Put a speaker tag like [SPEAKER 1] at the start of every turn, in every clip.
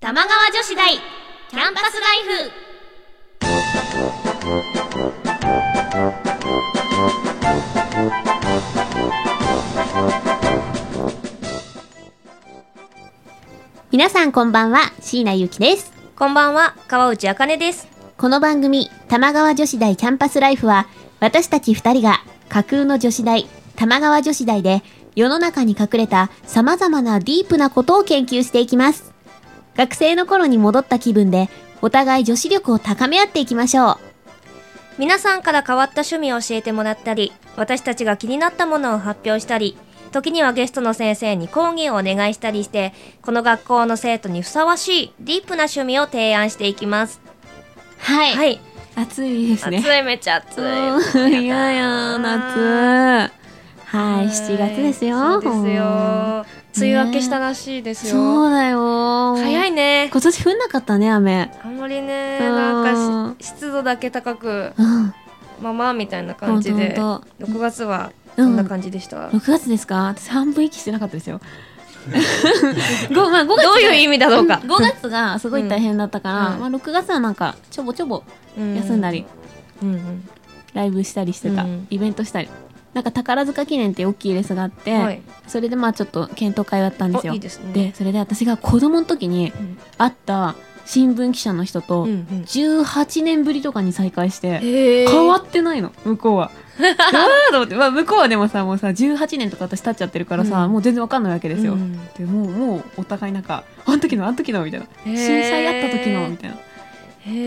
[SPEAKER 1] 玉川女子大キャンパスライフ皆さんこんばんは椎名ゆきです
[SPEAKER 2] こんばんは、川内あかねです。
[SPEAKER 1] この番組玉川女子大キャンパスライフは私たち2人が架空の女子大玉川女子大で世の中に隠れた様々なディープなことを研究していきます学生の頃に戻った気分でお互い女子力を高め合っていきましょう
[SPEAKER 2] 皆さんから変わった趣味を教えてもらったり、私たちが気になったものを発表したり、時にはゲストの先生に講義をお願いしたりして、この学校の生徒にふさわしいディープな趣味を提案していきます。
[SPEAKER 1] はい、
[SPEAKER 2] はい。
[SPEAKER 1] 暑いです
[SPEAKER 2] 暑い、
[SPEAKER 1] ね
[SPEAKER 2] めっちゃ暑い。
[SPEAKER 1] うんいやいや夏はい7月ですよ
[SPEAKER 2] そうですよ。梅雨明けしたらしいですよ。
[SPEAKER 1] そうだよ
[SPEAKER 2] 早いね。
[SPEAKER 1] 今年降んなかったね雨
[SPEAKER 2] あんまりね、
[SPEAKER 1] うん
[SPEAKER 2] なんかし湿度だけ高く、
[SPEAKER 1] うん
[SPEAKER 2] まあまあみたいな感じで、
[SPEAKER 1] ほん
[SPEAKER 2] 6
[SPEAKER 1] と
[SPEAKER 2] 月は
[SPEAKER 1] うん
[SPEAKER 2] こんな感じでした。
[SPEAKER 1] 6月ですか私半分息してなかったです よご、まあ、5月
[SPEAKER 2] どういう意味だろうか
[SPEAKER 1] 5月がすごい大変だったから、
[SPEAKER 2] うん
[SPEAKER 1] まあ、6月はなんかちょぼちょぼ休んだり、
[SPEAKER 2] うんうん
[SPEAKER 1] ライブしたりしてた、
[SPEAKER 2] うん
[SPEAKER 1] イベントしたりなんか宝塚記念って大きいレースがあって、
[SPEAKER 2] はい
[SPEAKER 1] それでまあちょっと検討会をやったんですよ
[SPEAKER 2] おいいですね
[SPEAKER 1] でそれで私が子供の時に
[SPEAKER 2] うん
[SPEAKER 1] 会った新聞記者の人と
[SPEAKER 2] うんうん
[SPEAKER 1] 18年ぶりとかに再会して、
[SPEAKER 2] へー
[SPEAKER 1] 変わってないの向こう は。あーと思って、まあ、向こうはでもさもうさ18年とか私経っちゃってるからさ、
[SPEAKER 2] うん
[SPEAKER 1] もう全然わかんないわけですよ。
[SPEAKER 2] うん
[SPEAKER 1] でもうもうお互いなんか「あの時のあの時の」みたいな「
[SPEAKER 2] へー
[SPEAKER 1] 震災あった時の」みたいな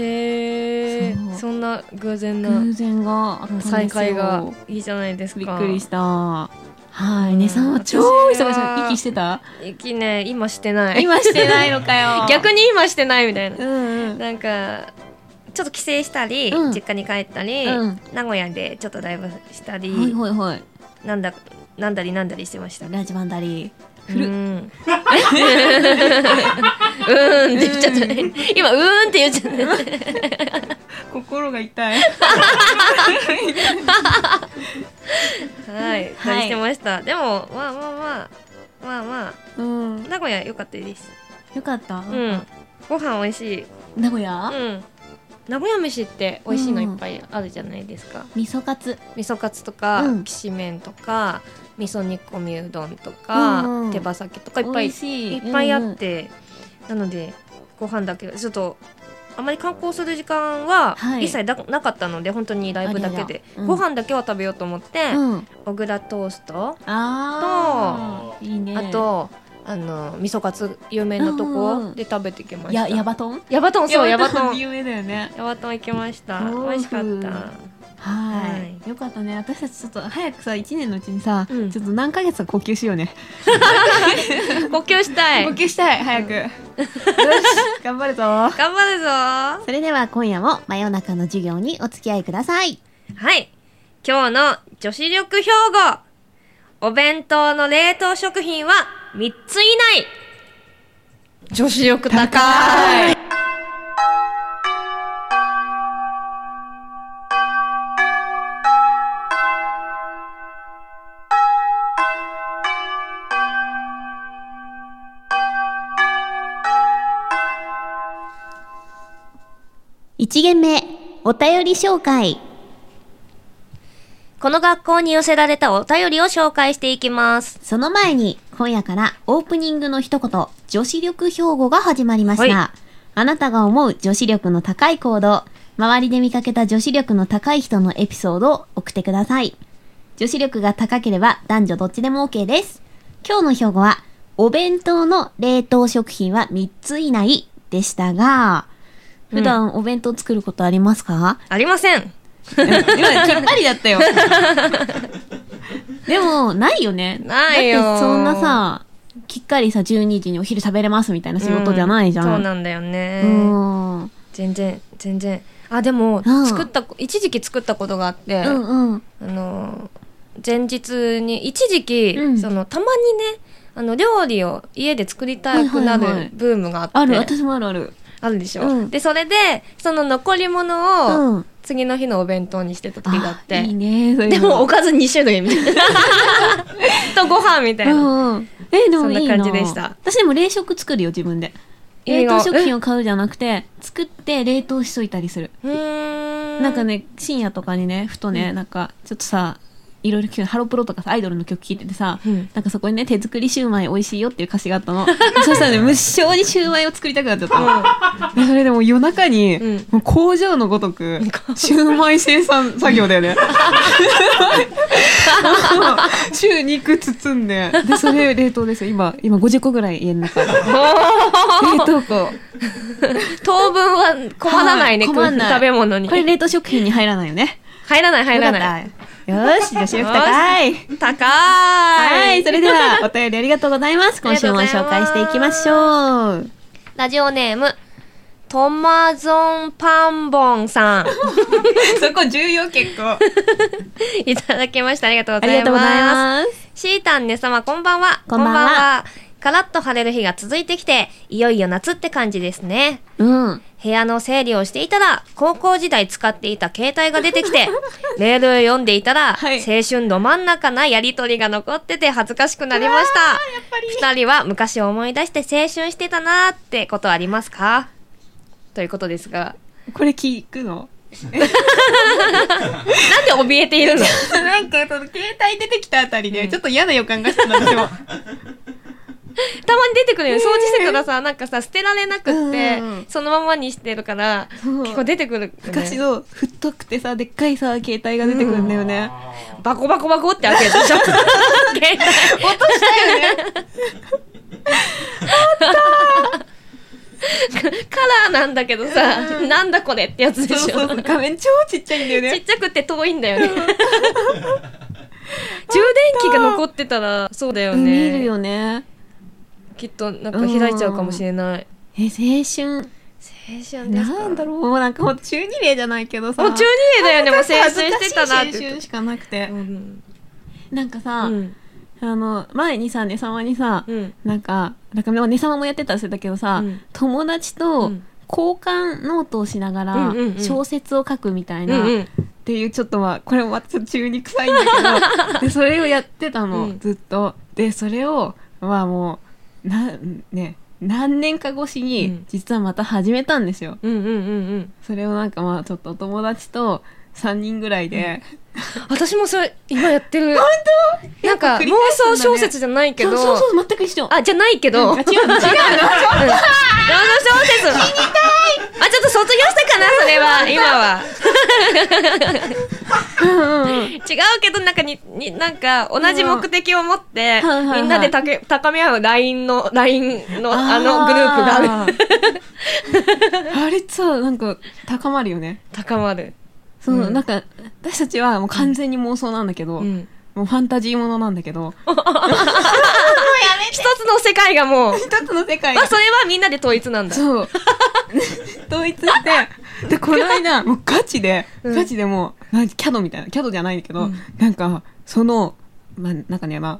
[SPEAKER 2] へえ
[SPEAKER 1] そう
[SPEAKER 2] そんな偶然な
[SPEAKER 1] 偶然があったんですよ。
[SPEAKER 2] 再会がいいじゃないですか
[SPEAKER 1] びっくりした。はい、
[SPEAKER 2] うん
[SPEAKER 1] ねさんは超忙し
[SPEAKER 2] 私
[SPEAKER 1] い
[SPEAKER 2] は
[SPEAKER 1] 息してた
[SPEAKER 2] 息ね今してない
[SPEAKER 1] 今してないのかよ
[SPEAKER 2] 逆に今してないみたいな
[SPEAKER 1] うんうん
[SPEAKER 2] なんかちょっと帰省したり、
[SPEAKER 1] うん
[SPEAKER 2] 実家に帰ったり、
[SPEAKER 1] うん
[SPEAKER 2] 名古屋でちょっとライブしたり、
[SPEAKER 1] はいはいはい
[SPEAKER 2] なんだなんだりなんだりしてました
[SPEAKER 1] ラジバンダリー
[SPEAKER 2] う
[SPEAKER 1] 古っ
[SPEAKER 2] ん うーんって言っちゃったね今うーんって言っちゃったね
[SPEAKER 1] 心が痛い
[SPEAKER 2] はい、
[SPEAKER 1] はい
[SPEAKER 2] 何してました。でも、まあまあまあ、まあまあ、
[SPEAKER 1] うん
[SPEAKER 2] 名古屋良かったです。
[SPEAKER 1] よかった、
[SPEAKER 2] うん。ご飯美味しい。
[SPEAKER 1] 名古屋、
[SPEAKER 2] うん。名古屋飯って美味しいの
[SPEAKER 1] う
[SPEAKER 2] い
[SPEAKER 1] ん
[SPEAKER 2] っぱいあるじゃないですか。
[SPEAKER 1] 味噌カツ
[SPEAKER 2] 味噌カツとか、
[SPEAKER 1] うん
[SPEAKER 2] きしめんとか、味噌煮込みうどんとか、
[SPEAKER 1] うんうん
[SPEAKER 2] 手羽先とかいっぱい
[SPEAKER 1] 美味しい
[SPEAKER 2] いっぱいあって、なのでご飯だけちょっとあまり観光する時間は
[SPEAKER 1] はい
[SPEAKER 2] 一切ななかったので、本当にライブだけで
[SPEAKER 1] ありゃりゃうん
[SPEAKER 2] ご飯だけは食べようと思って、
[SPEAKER 1] うんうん、
[SPEAKER 2] 小倉トースト
[SPEAKER 1] あーいいね
[SPEAKER 2] あとあの味噌カツ有名なと
[SPEAKER 1] うんう
[SPEAKER 2] こ
[SPEAKER 1] ん
[SPEAKER 2] で食べてきました。
[SPEAKER 1] ややばとん
[SPEAKER 2] ヤバトンそうヤバトン。
[SPEAKER 1] 有名だよね
[SPEAKER 2] ヤバトン行きました。
[SPEAKER 1] 豆腐
[SPEAKER 2] 美味しかった。
[SPEAKER 1] はい、
[SPEAKER 2] はい
[SPEAKER 1] よかったね私たちちょっと早くさ1年のうちにさ、
[SPEAKER 2] うん
[SPEAKER 1] ちょっと何ヶ月か呼吸しようね、
[SPEAKER 2] 呼吸したい。
[SPEAKER 1] 呼吸したい早く、よし頑張るぞ
[SPEAKER 2] 頑張るぞ。
[SPEAKER 1] それでは今夜も真夜中の授業にお付き合いください
[SPEAKER 2] はい。今日の女子力標語。お弁当の冷凍食品は三つ以内。女子力高い。
[SPEAKER 1] 1限目お便り紹介
[SPEAKER 2] この学校に寄せられたお便りを紹介していきます。
[SPEAKER 1] その前に、今夜からオープニングの一言、女子力標語が始まりました。
[SPEAKER 2] は
[SPEAKER 1] あなたが思う女子力の高い行動、周りで見かけた女子力の高い人のエピソードを送ってください。女子力が高ければ男女どっちでも OK です。今日の標語は、お弁当の冷凍食品は3つ以内でしたが、
[SPEAKER 2] うん
[SPEAKER 1] 普段お弁当作ることありますか、
[SPEAKER 2] ありません。
[SPEAKER 1] 今ぴったりだ ったよ。でも、ないよね。
[SPEAKER 2] ないよ
[SPEAKER 1] だってそんなさ、きっかりさ、12時にお昼食べれますみたいな仕事じゃないじゃん。
[SPEAKER 2] うそうなんだよね。
[SPEAKER 1] うん
[SPEAKER 2] 全然全然あでも、
[SPEAKER 1] うん
[SPEAKER 2] 作ったこ一時期作ったことがあって、
[SPEAKER 1] うんうん。
[SPEAKER 2] あの前日に一時期、
[SPEAKER 1] うん
[SPEAKER 2] そのたまにねあの料理を家で作りたく
[SPEAKER 1] は
[SPEAKER 2] な
[SPEAKER 1] いはいはい
[SPEAKER 2] るブームがあって、
[SPEAKER 1] ある、私もあるある。
[SPEAKER 2] あるでしょ、
[SPEAKER 1] うん
[SPEAKER 2] でそれでその残り物を、
[SPEAKER 1] うん。
[SPEAKER 2] 次の日のお弁当にしてた時があって
[SPEAKER 1] いいね、そういう
[SPEAKER 2] で
[SPEAKER 1] の
[SPEAKER 2] もお、かず2種類みたい なとご飯みたいうな、
[SPEAKER 1] んうん。え、でもいいな。
[SPEAKER 2] そんな感じでした
[SPEAKER 1] 私でも冷食作るよ、自分で。冷凍食
[SPEAKER 2] いい
[SPEAKER 1] 品
[SPEAKER 2] な
[SPEAKER 1] を買うじゃなくて、作って冷凍しといたりする。
[SPEAKER 2] えうーん
[SPEAKER 1] なんかね、深夜とかにね、ふとね、なんか、ちょっとさ、いろいろ聞くハロプロとかさ、アイドルの曲聴いててさ、
[SPEAKER 2] うん
[SPEAKER 1] なんかそこにね、手作りシューマイ美味しいよっていう歌詞があったの。そしたらね、無性にシューマイを作りたくなっちゃったの。でそれでもう夜中に、
[SPEAKER 2] うん
[SPEAKER 1] もう工場のごとく、シューマイ生産作業だよ ね。 シュー肉包んで、で、それ冷凍ですよ。今、今50個ぐらい家の 中で。冷凍庫。
[SPEAKER 2] 当分は困らないね、
[SPEAKER 1] はい困んない
[SPEAKER 2] 食べ物に
[SPEAKER 1] これ冷凍食品に入らないよね。
[SPEAKER 2] 入らない入らない
[SPEAKER 1] よかった。よーし、じゃあシェフ高い。
[SPEAKER 2] 高
[SPEAKER 1] はいい、それではお便りありがとうございます。今週も紹介していきましょう。
[SPEAKER 2] ラジオネームトマゾンパンボン さん
[SPEAKER 1] そこ重要結構。
[SPEAKER 2] いただきましたありがとう
[SPEAKER 1] あ
[SPEAKER 2] ご
[SPEAKER 1] り
[SPEAKER 2] ざい
[SPEAKER 1] がとうござい
[SPEAKER 2] ます
[SPEAKER 1] ます。
[SPEAKER 2] シータンネ様こんばんは
[SPEAKER 1] こんばんは
[SPEAKER 2] カラッと晴れる日が続いてきていよいよ夏って感じですね
[SPEAKER 1] うん。
[SPEAKER 2] 部屋の整理をしていたら高校時代使っていた携帯が出て きてメールを読んでいたら、
[SPEAKER 1] はい
[SPEAKER 2] 青春ど真ん中なやりとりが残ってて恥ずかしくなりました二人は昔を思い出して青春してたなーってことありますかということですが
[SPEAKER 1] これ聞くの
[SPEAKER 2] なんで怯えているの
[SPEAKER 1] なんかその携帯出てきたあたりで、ちょっと嫌な予感がしたので も。
[SPEAKER 2] たまに出てくるよ掃除してたらさなんかさ捨てられなくって
[SPEAKER 1] うんうん
[SPEAKER 2] そのままにしてるから
[SPEAKER 1] そう
[SPEAKER 2] 結構出てくる、ね、
[SPEAKER 1] 昔の太くてさ、でっかいさ、携帯が出てくるんだよね。
[SPEAKER 2] バコバコバコって開けるでしょ携帯
[SPEAKER 1] 落としたよね。
[SPEAKER 2] カラーなんだけどさ、なんだこれってやつで
[SPEAKER 1] そう
[SPEAKER 2] しょ
[SPEAKER 1] そうそう、画面超ちっちゃいんだよ
[SPEAKER 2] ちっ
[SPEAKER 1] ね。
[SPEAKER 2] ちゃくて遠いんだよね充電器が残ってたらそうだよ
[SPEAKER 1] うん見
[SPEAKER 2] ね
[SPEAKER 1] るよね。
[SPEAKER 2] きっとなんか開いちゃうかもしれない
[SPEAKER 1] え、青春。
[SPEAKER 2] 青春ですか
[SPEAKER 1] なんだろう、もうなんかもう中二例じゃないけどさ。
[SPEAKER 2] もう中二例だよねもう青春してたなっ
[SPEAKER 1] 恥ずかしい青
[SPEAKER 2] て
[SPEAKER 1] 春しかなくて
[SPEAKER 2] う。ん
[SPEAKER 1] なんか
[SPEAKER 2] う
[SPEAKER 1] さ、
[SPEAKER 2] ん
[SPEAKER 1] あの、前にさ、ねさまにさ、
[SPEAKER 2] うん
[SPEAKER 1] なんか、なんかね、ねさまもやってたんだけどさ、
[SPEAKER 2] うん
[SPEAKER 1] 友達
[SPEAKER 2] う
[SPEAKER 1] と
[SPEAKER 2] ん
[SPEAKER 1] 交換ノートをしながら
[SPEAKER 2] うんうんう、ん
[SPEAKER 1] 小説を書くみたい
[SPEAKER 2] うんう
[SPEAKER 1] な、
[SPEAKER 2] ん
[SPEAKER 1] っていうちょっとまあ、これもまた中に臭いんだ けど、で、それをやってたの、
[SPEAKER 2] うん
[SPEAKER 1] ずっと。で、それを、まあもう、な、ね、何年か越し
[SPEAKER 2] う
[SPEAKER 1] に
[SPEAKER 2] ん、
[SPEAKER 1] 実はまた始めたんですよ。
[SPEAKER 2] うんうんうん
[SPEAKER 1] それをなんかまあ、ちょっとお友達と3人ぐらいで、
[SPEAKER 2] 私もそれ今やってる本当なんか
[SPEAKER 1] やっぱ繰り
[SPEAKER 2] 妄
[SPEAKER 1] 返すんだね
[SPEAKER 2] 想小説じゃないけ
[SPEAKER 1] そう
[SPEAKER 2] ど
[SPEAKER 1] そうそう、全く一緒。
[SPEAKER 2] あじゃないけど
[SPEAKER 1] 違う の違うの
[SPEAKER 2] うん、小説聞きたいあ、ちょっと卒業したかなそれ は、今は。違うけど、なんかに、に、なんか、同じ目的を持って、
[SPEAKER 1] うんはいはいはい
[SPEAKER 2] みんなでたけ高め合う LINE の、LINE の、あのグループがある。
[SPEAKER 1] がある。あれさ、なんか高まるよね。
[SPEAKER 2] 高まる。
[SPEAKER 1] その、
[SPEAKER 2] うん
[SPEAKER 1] なんか、私たちはもう完全に妄想なんだけど、
[SPEAKER 2] うん
[SPEAKER 1] もうファンタジーものなんだけど、
[SPEAKER 2] 一つの世界がも う、
[SPEAKER 1] 一つの世界
[SPEAKER 2] ま
[SPEAKER 1] が
[SPEAKER 2] あ、それはみんなで統一なんだ。
[SPEAKER 1] そう。統一して、で、この 間、もうガチで、
[SPEAKER 2] うん
[SPEAKER 1] ガチでもう、なんキャドみたいな、キャドじゃないけど、なんか、その、まあ、なんかね、まあ、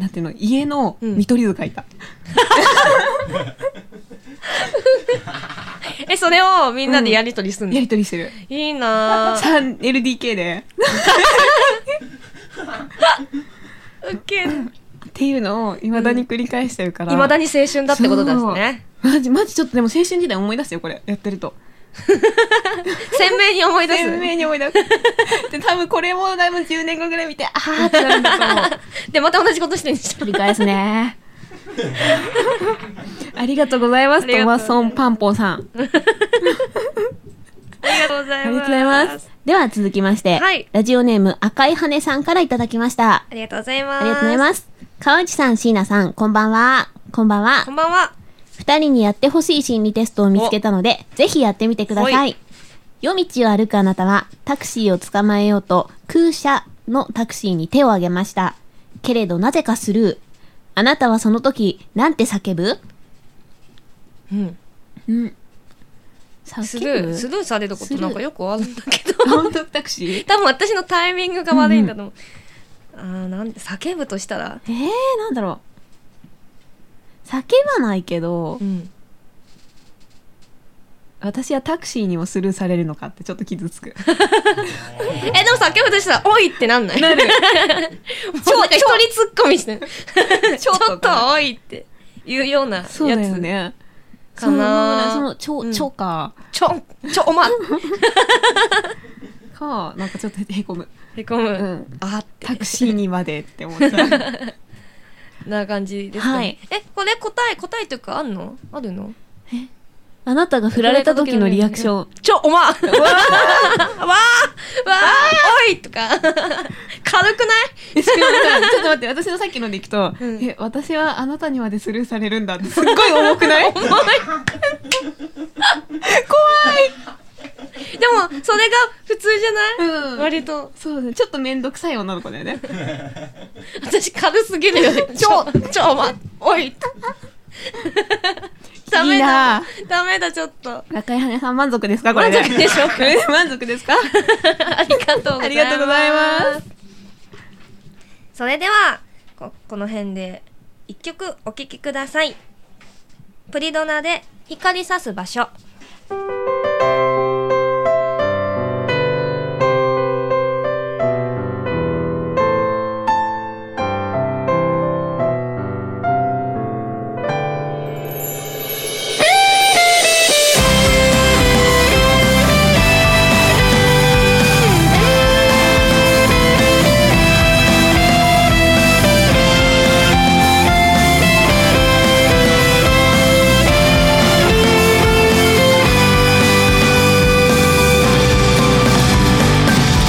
[SPEAKER 1] なんていうの、家の
[SPEAKER 2] うん
[SPEAKER 1] 見取り図がいた。
[SPEAKER 2] え、それをみんなでやりとりすんの、
[SPEAKER 1] やりとりしてる。
[SPEAKER 2] いいなぁ。
[SPEAKER 1] 3LDK で。
[SPEAKER 2] ウケる。
[SPEAKER 1] っていうのを、未だに繰り返してるから。
[SPEAKER 2] 未だに青春だってことですね。
[SPEAKER 1] マジ、マジちょっとでも青春時代思い出すよ、これ。やってると。
[SPEAKER 2] 鮮明に思い出す。
[SPEAKER 1] 鮮明に思い 出す。で、多分これも多分10年後ぐらい見て、あーってなるんだと思う。
[SPEAKER 2] で、また同じことしてんでしょ
[SPEAKER 1] 繰り返すね。 ありがとうございます、
[SPEAKER 2] ありが
[SPEAKER 1] ト
[SPEAKER 2] とう
[SPEAKER 1] マソンパンポンさん。
[SPEAKER 2] ありがとうござ
[SPEAKER 1] あ
[SPEAKER 2] います。
[SPEAKER 1] りがとうございます。。では続きまして、
[SPEAKER 2] はい
[SPEAKER 1] ラジオネーム赤い羽さんからいただきました。
[SPEAKER 2] ありがとうございます。
[SPEAKER 1] ありがとうございます。川内さん、椎名さん、こんばんは。こんばんは
[SPEAKER 2] こん。ばんは。
[SPEAKER 1] 二人にやってほしい心理テストを見つけたので、ぜひやってみてくださ。
[SPEAKER 2] はい
[SPEAKER 1] 夜道を歩くあなたは、タクシーを捕まえようと、空車のタクシーに手を挙げました。けれどなぜかスルー。あなたはその時、なんて叫ぶ
[SPEAKER 2] うん。
[SPEAKER 1] うん。
[SPEAKER 2] スルー、スルーされるこ
[SPEAKER 1] ス
[SPEAKER 2] と
[SPEAKER 1] ルー
[SPEAKER 2] なんかよくあるんだけど、
[SPEAKER 1] 本当タクシー
[SPEAKER 2] 多分私のタイミングが悪いんだと思う。あーなんで、叫ぶとしたら
[SPEAKER 1] えー、なんだろう。叫ばないけど、
[SPEAKER 2] ん。
[SPEAKER 1] 私はタクシーにもスルーされるのかってちょっと傷つ く。
[SPEAKER 2] え、でも叫ぶとしたら、おいってなんない
[SPEAKER 1] なる。
[SPEAKER 2] もうなんか一人突っ込みしてる。ちょ
[SPEAKER 1] ょっと
[SPEAKER 2] っとおいって。いうようなやつ。
[SPEAKER 1] そうだよね。
[SPEAKER 2] か
[SPEAKER 1] そ
[SPEAKER 2] な
[SPEAKER 1] の、ちょ
[SPEAKER 2] う、ん
[SPEAKER 1] ちょか、
[SPEAKER 2] ちょ、ちょ、おま、
[SPEAKER 1] か、なんかちょっとへこむ。
[SPEAKER 2] へこむ。
[SPEAKER 1] ん
[SPEAKER 2] あって。
[SPEAKER 1] タクシーにまでって思っちゃう。
[SPEAKER 2] な感じですかね。
[SPEAKER 1] はい
[SPEAKER 2] え、これ答え、答えというかあんのあるの
[SPEAKER 1] あなたが振られた時のリアクシ ョン。
[SPEAKER 2] ちょ、おまわーわーわーおいとか。軽くない
[SPEAKER 1] ちょっと待って、私のさっきのでいくと、
[SPEAKER 2] うん
[SPEAKER 1] え、私はあなたにまでスルーされるんだって、すっごい重くない
[SPEAKER 2] 重い。でも、それが普通じゃない、
[SPEAKER 1] うん
[SPEAKER 2] 割と。
[SPEAKER 1] そうだね、ちょっとめんどくさい女の子だよね。
[SPEAKER 2] 私軽すぎるよね。ちょ、ちょ、おま、おい。ダメ
[SPEAKER 1] いいな
[SPEAKER 2] だ
[SPEAKER 1] あ。
[SPEAKER 2] ダメだ、ちょっと。
[SPEAKER 1] 中井羽根さん満足ですかこれ
[SPEAKER 2] 満足でしょうか
[SPEAKER 1] これで 満足ですか
[SPEAKER 2] ありがとうございます。
[SPEAKER 1] ありがとうございます。
[SPEAKER 2] それでは、こ、この辺で一曲お聴きください。プリドナで光さす場所。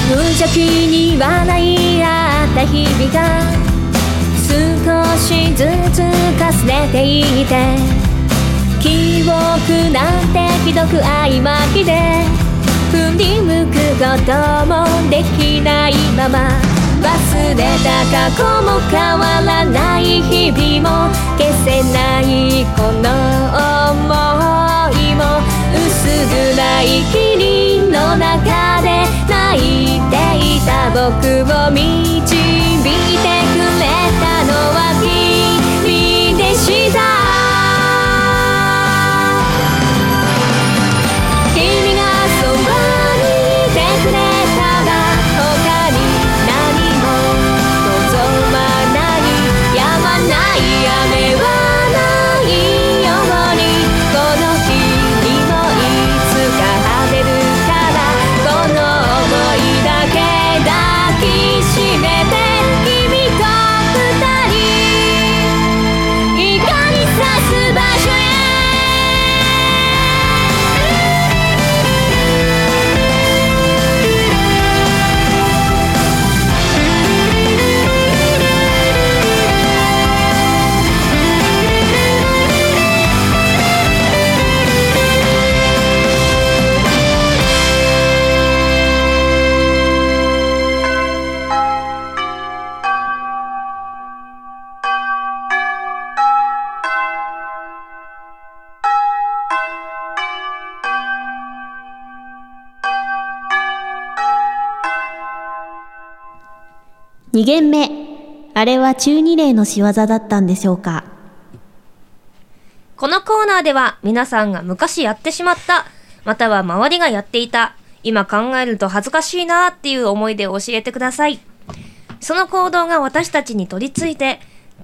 [SPEAKER 3] 無邪気に笑い合った日々が少しずつかすれていて記憶なんてひどく曖昧で振り向くこともできないまま忘れた過去も変わらない日々も消せないこの想いも薄暗い霧の中で泣いていた僕を導いてくれたのは君でした君がそばにいてくれたら他に何も望まないやまない雨はないようにこの日にもいつか晴れるからこの想いだけ抱きしめて君と二人光さす場所へ
[SPEAKER 1] 2限目。あれは中二例の仕業だったんでしょうか
[SPEAKER 2] このコーナーでは皆さんが昔やってしまった、または周りがやっていた、今考えると恥ずかしいなっていう思い出を教えてください。その行動が私たちに取り付いて、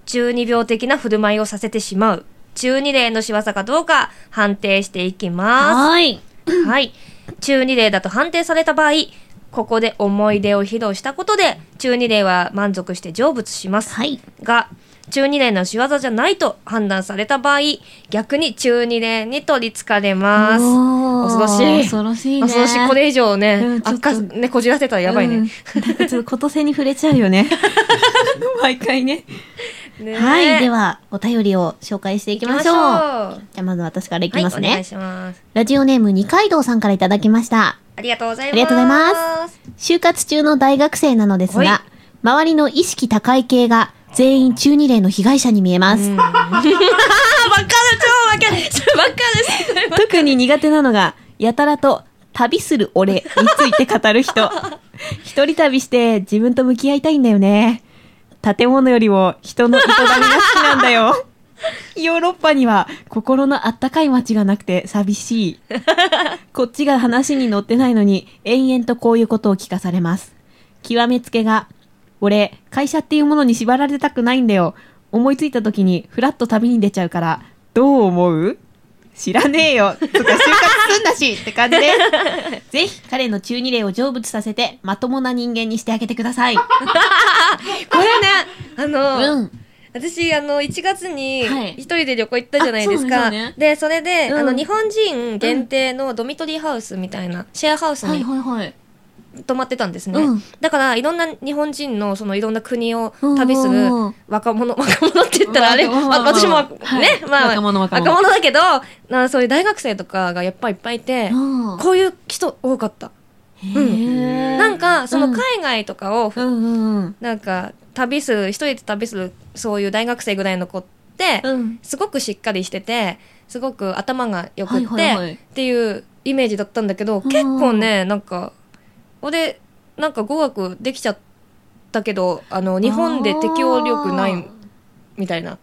[SPEAKER 2] 中二病的な振る舞いをさせてしまう、中二例の仕業かどうか判定していきま
[SPEAKER 1] い。
[SPEAKER 2] す。はい。中二例だと判定された場合、ここで思い出を披露したことで、中二例は満足して成仏します。
[SPEAKER 1] はい。
[SPEAKER 2] が中二連の仕業じゃないと判断された場合逆に中二連に取りつかれます
[SPEAKER 1] おー
[SPEAKER 2] 恐ろしい
[SPEAKER 1] 恐ろしいね。
[SPEAKER 2] 恐ろしいこれ以上ね、
[SPEAKER 1] うんちょっと
[SPEAKER 2] 悪化ねこじらせたらやばいね,、
[SPEAKER 1] うん。なんかちょっとことせに触れちゃうよ ね。 毎回ね。
[SPEAKER 2] ね
[SPEAKER 1] はい。で
[SPEAKER 2] は
[SPEAKER 1] は、お便りを紹介していきましょう。
[SPEAKER 2] は
[SPEAKER 1] じゃあ、まず私からいき
[SPEAKER 2] い
[SPEAKER 1] ます
[SPEAKER 2] お願い
[SPEAKER 1] ね。
[SPEAKER 2] します
[SPEAKER 1] ラジオネーム二階堂さんからいただきました。
[SPEAKER 2] ありがとうございます
[SPEAKER 1] ありがとうございます就活中の大学生なのです
[SPEAKER 2] はい
[SPEAKER 1] が、周りの意識高い系が全員中二例の被害者に見え ます。
[SPEAKER 2] あわか る超わかるそれわかるそれわかる
[SPEAKER 1] 特に苦手なのが、やたらと旅する俺について語る 人。一人旅して自分と向き合いたいんだよね。建物よりも人の営みが好きなんだよ。ヨーロッパには心のあったかい街がなくて寂しい。こっちが話に乗ってないのに延々とこういうことを聞かされます。極めつけが、俺、会社っていうものに縛られたくないんだよ。思いついた時にフラッと旅に出ちゃうから、どう思う知らねえよとか就活すんだしって感じですぜひ彼の中二例を成仏させてまともな人間にしてあげてください
[SPEAKER 2] これね、あの、
[SPEAKER 1] うん
[SPEAKER 2] 私、あの、1月に
[SPEAKER 1] はい
[SPEAKER 2] 一人で旅行行ったじゃないです
[SPEAKER 1] あそ
[SPEAKER 2] か。
[SPEAKER 1] うねそうね
[SPEAKER 2] で、それで、
[SPEAKER 1] うん
[SPEAKER 2] あの、日本人限定のドミトリーハウスみたいな、シェアハウス
[SPEAKER 1] はい
[SPEAKER 2] に
[SPEAKER 1] はいはい
[SPEAKER 2] 泊まってたんですね。
[SPEAKER 1] うん
[SPEAKER 2] だから、いろんな日本人の、その、いろんな国を旅する
[SPEAKER 1] うん
[SPEAKER 2] 若者、 若者って言ったらあれ、
[SPEAKER 1] まあ
[SPEAKER 2] わ私も、
[SPEAKER 1] はい
[SPEAKER 2] ね、まあ、
[SPEAKER 1] 若者若者
[SPEAKER 2] だけど、なそういう大学生とかがやっぱいっぱいいて、
[SPEAKER 1] うん
[SPEAKER 2] こういう人多かった。
[SPEAKER 1] へー
[SPEAKER 2] なんか、その海外とかを
[SPEAKER 1] うんうんうん
[SPEAKER 2] なんか旅する一人で旅するそういう大学生ぐらいの子って、
[SPEAKER 1] うん
[SPEAKER 2] すごくしっかりしててすごく頭がよくっ
[SPEAKER 1] はい
[SPEAKER 2] て、
[SPEAKER 1] はいはい
[SPEAKER 2] っていうイメージだったんだけど
[SPEAKER 1] ん
[SPEAKER 2] 結構ねなんか俺なんか語学できちゃったけどあの日本で適応力ないみたいな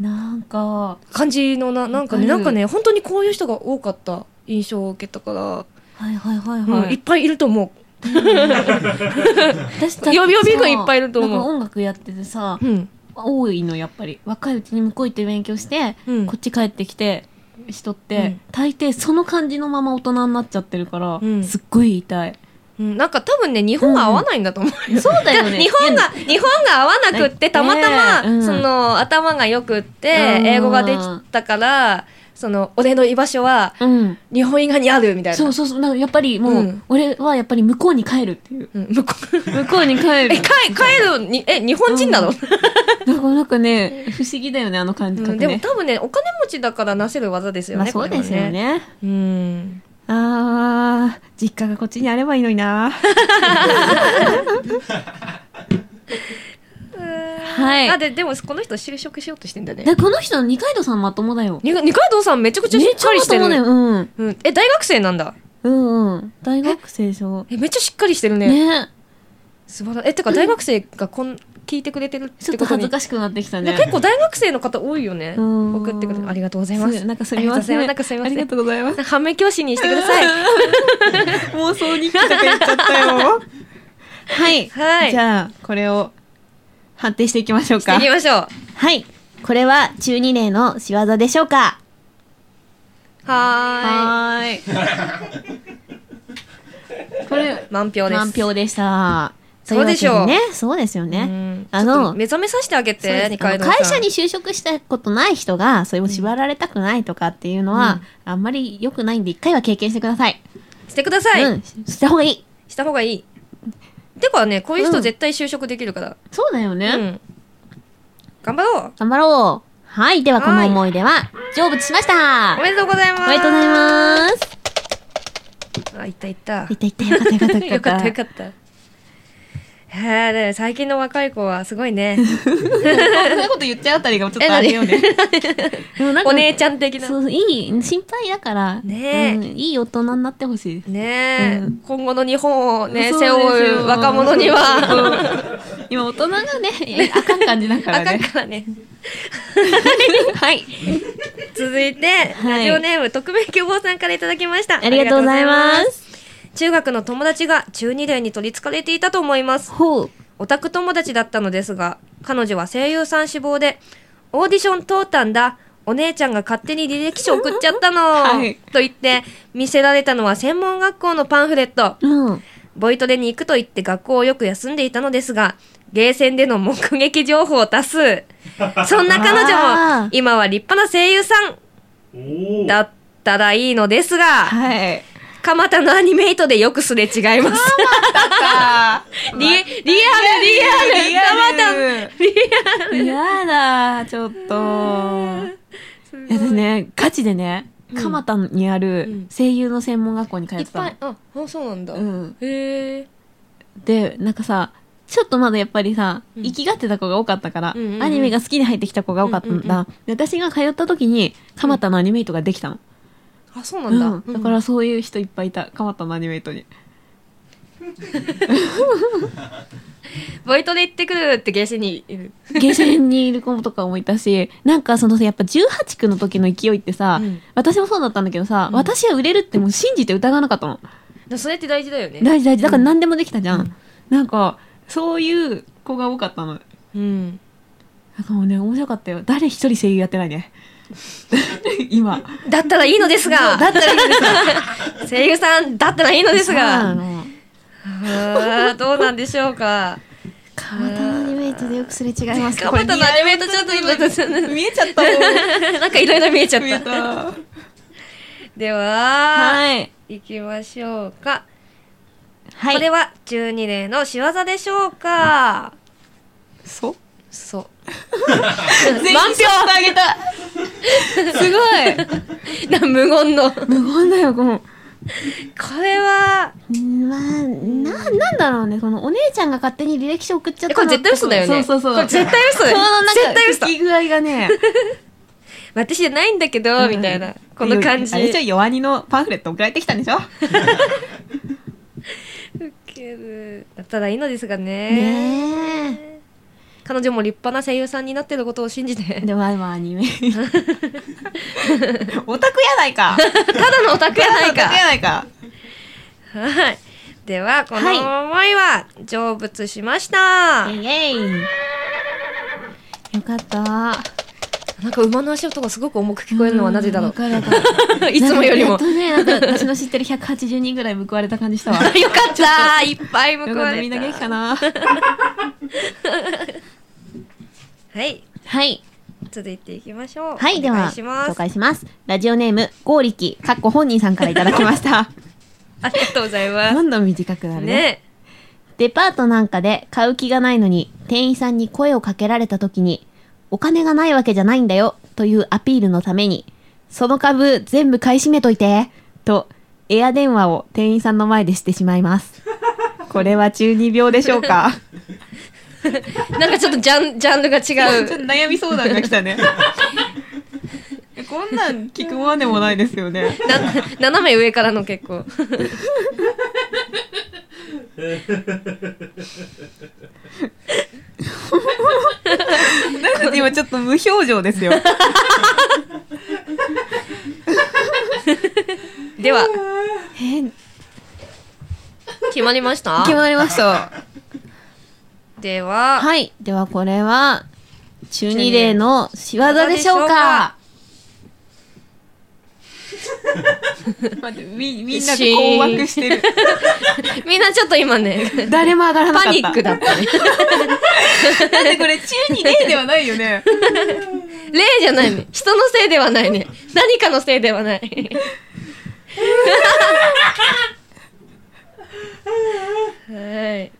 [SPEAKER 1] なんか
[SPEAKER 2] 感じのななんかね
[SPEAKER 1] わか
[SPEAKER 2] な
[SPEAKER 1] る
[SPEAKER 2] んかね本当にこういう人が多かった印象を受けたから、
[SPEAKER 1] はいはいはい
[SPEAKER 2] うん
[SPEAKER 1] はい
[SPEAKER 2] いっぱいいると思
[SPEAKER 1] 私たち
[SPEAKER 2] 予備予備軍いっぱいいると思う
[SPEAKER 1] なんか音楽やっててさ
[SPEAKER 2] う。うん
[SPEAKER 1] 多いのやっぱり若いうちに向こう行って勉強して、
[SPEAKER 2] うん
[SPEAKER 1] こっち帰ってきて人って、
[SPEAKER 2] うん
[SPEAKER 1] 大抵その感じのまま大人になっちゃってるから、
[SPEAKER 2] うん
[SPEAKER 1] すっごい痛い
[SPEAKER 2] うん、なんか多分ね日本は合わないんだと思うよ、
[SPEAKER 1] そうだ よね
[SPEAKER 2] 日本が日本が合わなくって
[SPEAKER 1] ね
[SPEAKER 2] たまたま、
[SPEAKER 1] うん
[SPEAKER 2] その頭がよくって
[SPEAKER 1] うん
[SPEAKER 2] 英語ができたからその俺の居場所は
[SPEAKER 1] うん
[SPEAKER 2] 日本以外にあるみたいな
[SPEAKER 1] そうそうそうなんかやっぱりもう、
[SPEAKER 2] うん
[SPEAKER 1] 俺はやっぱり向こうに帰るっていう
[SPEAKER 2] うん向こう
[SPEAKER 1] 向こうに帰
[SPEAKER 2] え
[SPEAKER 1] る
[SPEAKER 2] 帰帰るにえ日本人なの、
[SPEAKER 1] うんな かなかね不思議だよねあの感じ
[SPEAKER 2] う
[SPEAKER 1] 覚
[SPEAKER 2] ん
[SPEAKER 1] ね、
[SPEAKER 2] でも多分ねお金持ちだからなせる技ですよね、
[SPEAKER 1] まあそうですよ
[SPEAKER 2] これはね
[SPEAKER 1] ね
[SPEAKER 2] うん
[SPEAKER 1] あー実家がこっちにあればいいのに なはい
[SPEAKER 2] あででもこの人就職しようとしてんだね
[SPEAKER 1] でこの人の二階堂さんまともだよ
[SPEAKER 2] に二階堂さんめちゃくちゃしっかりして
[SPEAKER 1] め
[SPEAKER 2] る、
[SPEAKER 1] っちゃまともだようん
[SPEAKER 2] うん、え大学生なんだ
[SPEAKER 1] うんうん。大学生でしょ。
[SPEAKER 2] えめっちゃしっかりしてるね
[SPEAKER 1] ね。
[SPEAKER 2] 素晴らしいえてか大学生がこん聞いてくれてるっ
[SPEAKER 1] ちょってと
[SPEAKER 2] こと
[SPEAKER 1] 恥ず
[SPEAKER 2] に
[SPEAKER 1] かしくなってきた
[SPEAKER 2] ね
[SPEAKER 1] ね。
[SPEAKER 2] 結構大学生の方多いよね。
[SPEAKER 1] うん
[SPEAKER 2] 送ってくれてありがとうございます
[SPEAKER 1] なんかすみません。
[SPEAKER 2] ありがとうございますなんかすみません
[SPEAKER 1] ありがとうございます。
[SPEAKER 2] 反面教師にしてく ださい。
[SPEAKER 1] 妄想日記とか言っちゃったよ。 はい。
[SPEAKER 2] はい
[SPEAKER 1] じゃあ、これを判定していきましょう
[SPEAKER 2] して
[SPEAKER 1] か
[SPEAKER 2] いき。ましょう。
[SPEAKER 1] はい。これは中二例の仕業でしょうか
[SPEAKER 2] はー
[SPEAKER 1] ー
[SPEAKER 2] い。
[SPEAKER 1] い。これ、
[SPEAKER 2] 満票です。
[SPEAKER 1] 満票でした。
[SPEAKER 2] そうでしょ
[SPEAKER 1] といわ
[SPEAKER 2] う
[SPEAKER 1] けでね。そうですよ
[SPEAKER 2] うん
[SPEAKER 1] ね。
[SPEAKER 2] ち
[SPEAKER 1] あ
[SPEAKER 2] ょっと
[SPEAKER 1] の、
[SPEAKER 2] 目覚めさせてあげ
[SPEAKER 1] そうで
[SPEAKER 2] て、
[SPEAKER 1] す
[SPEAKER 2] 二階堂さん。
[SPEAKER 1] 会社に就職したことない人が、それを縛られたくないとかっていうのは、あんまり良くないんで、一回は経験してください。
[SPEAKER 2] してください。
[SPEAKER 1] うん。した方がいい。
[SPEAKER 2] した方がいい。てかね、こういう
[SPEAKER 1] う
[SPEAKER 2] 人
[SPEAKER 1] ん
[SPEAKER 2] 絶対就職できるから。
[SPEAKER 1] そうだよね。
[SPEAKER 2] うん。頑張ろう。
[SPEAKER 1] 頑張ろう。はい。では、この思い出は、成仏しました。
[SPEAKER 2] おめでとうございます。
[SPEAKER 1] おめでとうございます。
[SPEAKER 2] す。あ、いったいった
[SPEAKER 1] いっ。たいったよかったよかった
[SPEAKER 2] よかったよかった。へえ、で最近の若い子はすごいね。
[SPEAKER 1] そんなこと言っちゃうあたりがちょっとあれよね。で もなんか
[SPEAKER 2] お姉ちゃん的な。
[SPEAKER 1] そうそう、いい、心配だから、
[SPEAKER 2] ねえ
[SPEAKER 1] うんいい大人になってほしいです。
[SPEAKER 2] ねえ、
[SPEAKER 1] うん
[SPEAKER 2] 今後の日本をね、
[SPEAKER 1] そう
[SPEAKER 2] 背
[SPEAKER 1] です
[SPEAKER 2] 負
[SPEAKER 1] よ
[SPEAKER 2] う若者には、
[SPEAKER 1] そう今大人が ね、あかん感じ だか
[SPEAKER 2] あ
[SPEAKER 1] ら
[SPEAKER 2] かん
[SPEAKER 1] ね。
[SPEAKER 2] からね。
[SPEAKER 1] はい。
[SPEAKER 2] 続いて、
[SPEAKER 1] はい
[SPEAKER 2] ラジオネーム、特命希望さんからいただきました。
[SPEAKER 1] ありがとうございま
[SPEAKER 2] ありがとうござい
[SPEAKER 1] す。
[SPEAKER 2] ます。中学の友達が中二例に取り憑かれていたと思います。
[SPEAKER 1] ほう。
[SPEAKER 2] オタク友達だったのですが、彼女は声優さん志望で、オーディション通ったんだ、お姉ちゃんが勝手に履歴書送っちゃったの、
[SPEAKER 1] はい
[SPEAKER 2] と言って、見せられたのは専門学校のパンフレット。
[SPEAKER 1] うん。
[SPEAKER 2] ボイトレに行くと言って学校をよく休んでいたのですが、ゲーセンでの目撃情報を多 数。そんな彼女
[SPEAKER 1] あー
[SPEAKER 2] も、今は立派な声優さん
[SPEAKER 4] おお。
[SPEAKER 2] だったらいいのですが、
[SPEAKER 1] はい。
[SPEAKER 2] 蒲田のアニメイトでよくすれ違います。 リリアル、リアル、蒲田。
[SPEAKER 1] やだ、ちょっと。いやですね、ガチでね、蒲田にある声優の専門学校に通っ
[SPEAKER 2] い
[SPEAKER 1] て
[SPEAKER 2] ったぱ
[SPEAKER 1] の
[SPEAKER 2] い。、あ、あそうなんだ。
[SPEAKER 1] うん。
[SPEAKER 2] へえ。
[SPEAKER 1] で、なんかさ、ちょっとまだやっぱりさ、
[SPEAKER 2] うん
[SPEAKER 1] 行きがってた子が多かったから、
[SPEAKER 2] うんうんうん
[SPEAKER 1] アニメが好きに入ってきた子が多かったんだ。
[SPEAKER 2] うん
[SPEAKER 1] で私が通った時に、蒲田のアニメイトができたの。
[SPEAKER 2] あ、そうなんだ。
[SPEAKER 1] うんだからそういう人いっぱいいた、蒲田のアニメイト に。
[SPEAKER 2] ボイトレ行ってくるってゲーセンにいる。
[SPEAKER 1] ゲーセンにいる子とかもいたし、なんかそのさ、やっぱ18区の時の勢いってさ、
[SPEAKER 2] うん
[SPEAKER 1] 私もそうだったんだけどさ、
[SPEAKER 2] うん
[SPEAKER 1] 私は売れるってもう信じて疑わなかったの。
[SPEAKER 2] でもそれって大事だよね。
[SPEAKER 1] 大事大事。だから何でもできたじゃん。なんか、そういう子が多かったの。
[SPEAKER 2] うん。
[SPEAKER 1] なんかもうね、面白かったよ。誰一人声優やってないね。今。
[SPEAKER 2] だったらいいのですが。だったらいいのですが。 声優さん、だったらいいのです
[SPEAKER 1] そうな
[SPEAKER 2] が。
[SPEAKER 1] の
[SPEAKER 2] あーどうなんでしょうか。
[SPEAKER 1] 川端のアニメイトでよくすれ違います
[SPEAKER 2] 頑張ったのアニメートちょっと今、
[SPEAKER 1] 見えちゃったよ。
[SPEAKER 2] なんかいろいろ見えちゃっ
[SPEAKER 1] 見え
[SPEAKER 2] た。
[SPEAKER 1] た。
[SPEAKER 2] では、
[SPEAKER 1] はい。
[SPEAKER 2] 行きましょうか。
[SPEAKER 3] は
[SPEAKER 2] これ
[SPEAKER 3] い。
[SPEAKER 2] は12例の仕業でしょうか
[SPEAKER 1] そう。
[SPEAKER 2] そう。
[SPEAKER 1] 満票あげた。すごい。
[SPEAKER 2] な無言の。こ
[SPEAKER 1] 無言だよ、この。
[SPEAKER 2] れは、
[SPEAKER 3] まあ、な、なんだろうね。このお姉ちゃんが勝手に履歴書送っちゃっ
[SPEAKER 2] え
[SPEAKER 3] た
[SPEAKER 2] これ
[SPEAKER 3] の
[SPEAKER 2] 絶対嘘だよね。
[SPEAKER 1] そうそうそう
[SPEAKER 2] これ絶対嘘だ
[SPEAKER 1] そ
[SPEAKER 2] よ
[SPEAKER 1] のなん
[SPEAKER 2] 絶対嘘
[SPEAKER 1] か、。き具合がね。
[SPEAKER 2] 私じゃないんだけど、みたいな。この感じ。
[SPEAKER 1] あれじゃ弱にのパンフレット送られてきたんでしょ
[SPEAKER 2] ウケるだったらいいのですがね。
[SPEAKER 3] ね
[SPEAKER 2] 彼女も立派な声優さんになってることを信じて
[SPEAKER 1] え。。でも、まあア ニメ。オタクやないか。
[SPEAKER 2] ただのオタクやない
[SPEAKER 1] オタクや
[SPEAKER 2] か。
[SPEAKER 1] ないか。
[SPEAKER 2] はい。では、この
[SPEAKER 3] はい
[SPEAKER 2] 思いは成仏しました。
[SPEAKER 3] え。イエイ。よかった。
[SPEAKER 2] なんか馬の足音がすごく重く聞こえるのはなぜだろ
[SPEAKER 3] わか
[SPEAKER 2] う。
[SPEAKER 3] るわかる
[SPEAKER 2] いつもより
[SPEAKER 3] や
[SPEAKER 2] も
[SPEAKER 3] っ。とね、なんか私の知ってる180人ぐらい報われ た感じしたわ。よ
[SPEAKER 2] よかったいっぱい報
[SPEAKER 1] よかっ
[SPEAKER 2] わ
[SPEAKER 1] たみ
[SPEAKER 2] れ
[SPEAKER 1] んな元気
[SPEAKER 2] た。
[SPEAKER 1] かな。
[SPEAKER 2] はい。
[SPEAKER 3] はい。
[SPEAKER 2] 続いていきましょう。
[SPEAKER 3] はい、で
[SPEAKER 2] お願
[SPEAKER 3] は、
[SPEAKER 2] いします
[SPEAKER 3] 紹介します。ラジオネーム、ゴーリキ、かっこ本人さんからいただきました。
[SPEAKER 2] ありがとうございま
[SPEAKER 1] どんどん短くな
[SPEAKER 2] す。
[SPEAKER 1] るね。
[SPEAKER 2] ね。
[SPEAKER 3] デパートなんかで買う気がないのに、店員さんに声をかけられた時に、お金がないわけじゃないんだよ、というアピールのために、その株全部買い占めといて、と、エア電話を店員さんの前でしてしまいます。
[SPEAKER 1] これは中二病でしょうか。
[SPEAKER 2] なんかちょっとジャンジャンルが違
[SPEAKER 1] ちょっと
[SPEAKER 2] う。
[SPEAKER 1] 悩み相談が来たね。こんなん聞くまでもないですよ ね。
[SPEAKER 2] な斜め上からの結構。
[SPEAKER 1] なんで今ちょっと無表情ですよ。
[SPEAKER 2] では、
[SPEAKER 1] え、
[SPEAKER 2] 決まりました
[SPEAKER 1] 決まりました。
[SPEAKER 2] では、
[SPEAKER 3] はい。ではこれは、中二例の仕業でしょうか
[SPEAKER 1] 待って、み、みんな困惑してる。
[SPEAKER 2] みんなちょっと今ね、
[SPEAKER 1] 誰も上がらなかった。
[SPEAKER 2] パニックだったね。
[SPEAKER 1] だってこれ中二例ではないよね。
[SPEAKER 2] 例じゃないね。人のせいではないね。何かのせいではない。はい。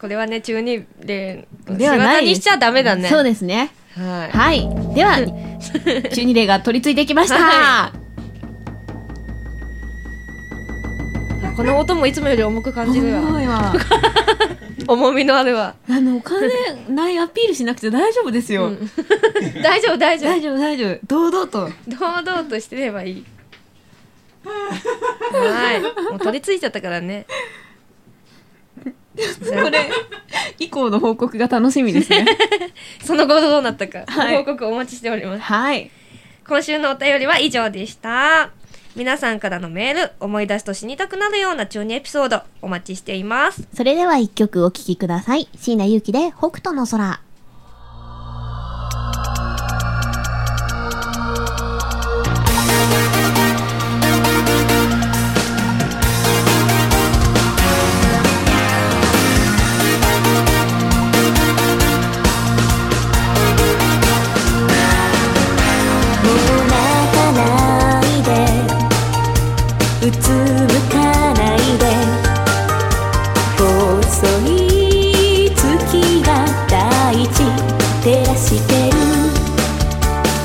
[SPEAKER 2] これはね、中二例の仕
[SPEAKER 3] ではな
[SPEAKER 2] 業
[SPEAKER 3] い
[SPEAKER 2] にしちゃダメだね。
[SPEAKER 3] そうですね。
[SPEAKER 2] はい。
[SPEAKER 3] はい。では、中二例が取り付いてきました。
[SPEAKER 2] はこの音もいつもより重く感じるわ。
[SPEAKER 1] 重いわ。
[SPEAKER 2] 重みのあるわ。
[SPEAKER 1] あの、お金ないアピールしなくて大丈夫ですよ。
[SPEAKER 2] 大丈夫、大丈夫
[SPEAKER 1] 大。丈夫、大丈夫。堂々と。
[SPEAKER 2] 堂々としてればいい。はい。もう取り付いちゃったからね。
[SPEAKER 1] これ、 以降の報告が楽しみです ね。
[SPEAKER 2] その後どうなったか、
[SPEAKER 1] はい
[SPEAKER 2] 報告お待ちしております。
[SPEAKER 1] はい。
[SPEAKER 2] 今週のお便りは以上でした。皆さんからのメール、思い出すと死にたくなるような中二エピソード、お待ちしています。
[SPEAKER 3] それでは一曲お聴きください。椎名結城で北斗の空。
[SPEAKER 5] もう泣かないでうつむかないで細い月が大地照らしてる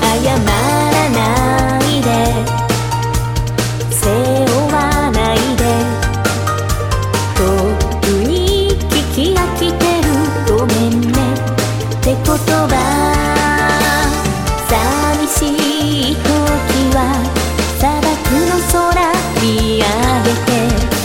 [SPEAKER 5] 謝らないで背負わないでとっくに聞き飽きてるごめんねって言葉寂しい時は砂漠の空見上げて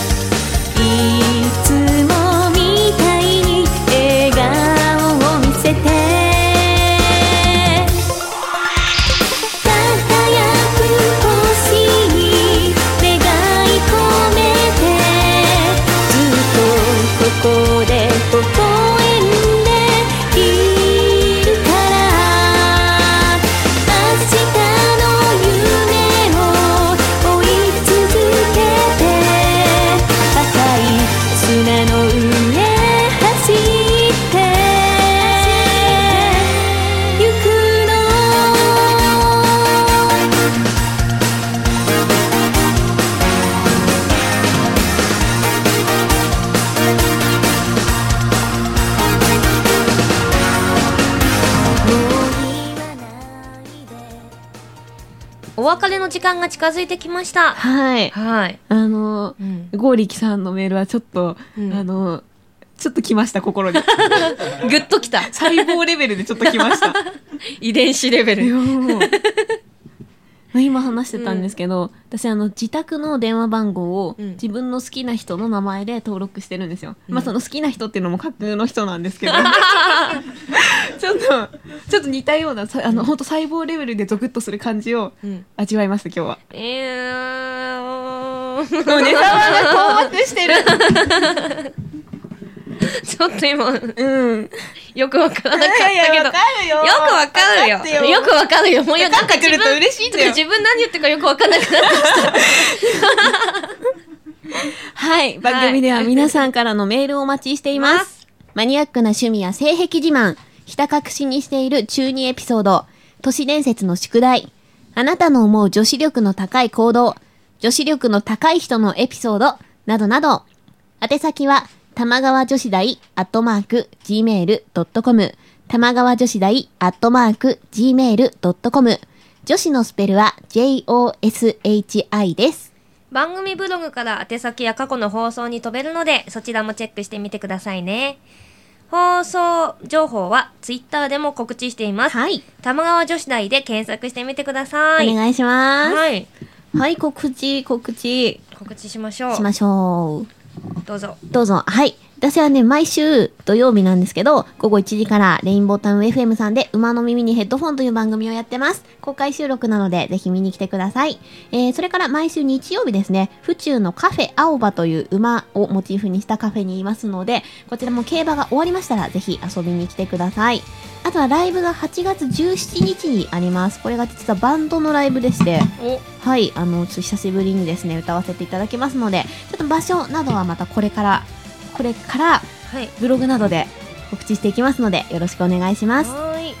[SPEAKER 2] お別れの時間が近づいてきました。
[SPEAKER 3] はい。
[SPEAKER 2] はい。
[SPEAKER 1] あの
[SPEAKER 2] うん
[SPEAKER 1] ゴーリキさんのメールはちょっと、
[SPEAKER 2] うん
[SPEAKER 1] あのちょっと来ました心 に
[SPEAKER 2] ぐっときた。
[SPEAKER 1] 細胞レベルでちょっと来 ました
[SPEAKER 2] 遺伝子レベ
[SPEAKER 1] いや
[SPEAKER 2] ル。
[SPEAKER 1] もう
[SPEAKER 3] 今話してたんですけど、私あの自宅の電話番号を
[SPEAKER 2] うん
[SPEAKER 3] 自分の好きな人の名前で登録してるんですよ、
[SPEAKER 2] うん
[SPEAKER 3] まあその好きな人っていうのも架空の人なんで すけどちょっとちょっと似たようなさあの本当細胞レベルでゾクッとする感じを
[SPEAKER 2] うん。
[SPEAKER 1] 味わいました今日 は
[SPEAKER 2] えー、
[SPEAKER 1] でもネタが困惑してる
[SPEAKER 2] ちょっと今、
[SPEAKER 1] うん
[SPEAKER 2] よくわからなかっ
[SPEAKER 1] いや
[SPEAKER 2] た
[SPEAKER 1] い
[SPEAKER 2] け
[SPEAKER 1] や
[SPEAKER 2] ど
[SPEAKER 1] わ。かるよ
[SPEAKER 2] よくわかるよ。
[SPEAKER 1] 分かって
[SPEAKER 2] よくわかるよ。もうよ
[SPEAKER 1] なんか来ると嬉しいんだよ
[SPEAKER 2] 自分何言ってるかよくわかんなくなってきた。
[SPEAKER 3] はい番組では皆さんからのメールをお待ちしています、
[SPEAKER 2] ます
[SPEAKER 3] マニアックな趣味や性癖自慢ひた隠しにしている中二エピソード都市伝説の宿題あなたの思う女子力の高い行動女子力の高い人のエピソードなどなど宛先は玉川女子大アットマーク gmail.com 玉川女子大アットマーク gmail.com 女子のスペルは joshi です
[SPEAKER 2] 番組ブログから宛先や過去の放送に飛べるので、そちらもチェックしてみてくださいね。放送情報はツイッターでも告知しています。
[SPEAKER 3] はい
[SPEAKER 2] 玉川女子大で検索してみてくだ
[SPEAKER 3] お
[SPEAKER 2] さい。
[SPEAKER 3] 願いしますは
[SPEAKER 2] はい。
[SPEAKER 3] い、告知告知
[SPEAKER 2] 告知しましょう。
[SPEAKER 3] しましょう
[SPEAKER 2] どうぞ。
[SPEAKER 3] どうぞ。はい。私はね、毎週土曜日なんですけど、午後1時からレインボータウン FM さんで馬の耳にヘッドフォンという番組をやってます。公開収録なので、ぜひ見に来てください。えー、それから毎週日曜日ですね、府中のカフェ青葉という馬をモチーフにしたカフェにいますので、こちらも競馬が終わりましたら、ぜひ遊びに来てください。あとはライブが8月17日にあります。これが実はバンドのライブでして、
[SPEAKER 2] お、
[SPEAKER 3] はい、あの、ちょっと久しぶりにですね、歌わせていただきますので、ちょっと場所などはまたこれから、これから
[SPEAKER 2] はい。
[SPEAKER 3] ブログなどで告知していきますので、よろしくお願いします。
[SPEAKER 2] はーい。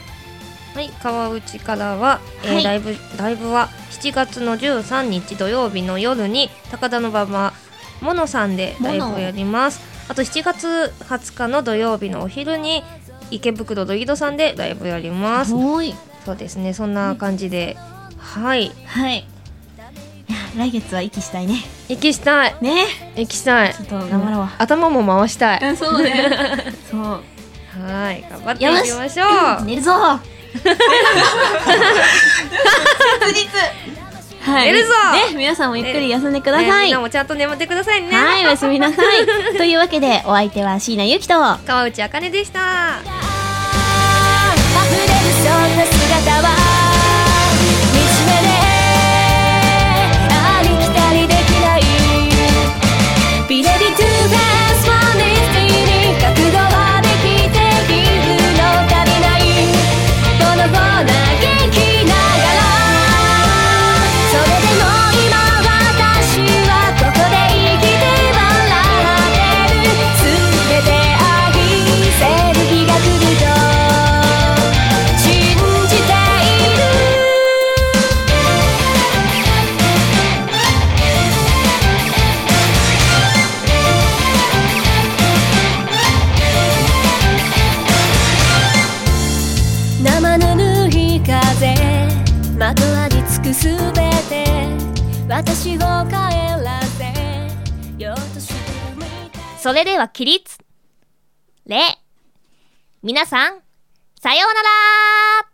[SPEAKER 2] はい、川内からは、えー
[SPEAKER 3] はい
[SPEAKER 2] ライブライブは7月の13日土曜日の夜に高田の馬場モノさんでライブをやります。あと7月20日の土曜日のお昼に池袋ドギドさんでライブやります。
[SPEAKER 3] はい。
[SPEAKER 2] そうですね、そんな感じで、はい、
[SPEAKER 3] はい。いや、来月は息したいね。
[SPEAKER 2] 行きしたい、
[SPEAKER 3] ね。
[SPEAKER 2] 行きしたい。
[SPEAKER 3] ちょっと頑張ろう
[SPEAKER 2] 頭も回したい。は
[SPEAKER 3] そうね。 そ
[SPEAKER 2] い、
[SPEAKER 3] う。
[SPEAKER 2] 頑張っていきましょう。
[SPEAKER 3] 寝るぞは
[SPEAKER 2] 寝
[SPEAKER 3] い。
[SPEAKER 2] るぞ
[SPEAKER 3] ね、皆さんもゆっくり休んでくださ
[SPEAKER 2] ねみ
[SPEAKER 3] い。
[SPEAKER 2] んなもちゃんと眠ってくださいね。
[SPEAKER 3] はい、おやすみなさい。というわけで、お相手は椎名ゆきと、
[SPEAKER 2] 川内あかねでした。
[SPEAKER 6] 溢れるそんな姿は惨めでありきたりできないビレビトゥーダンスワンディスティに覚悟はできているの足りないボロボロ嘆きながらそれでも今私はここで生きて笑ってる全て愛せる日が来ると信じている生ぬるい風まとわりつくすべて私を帰らせようとしてるみたい
[SPEAKER 2] それでは起立。礼。皆さん、さようなら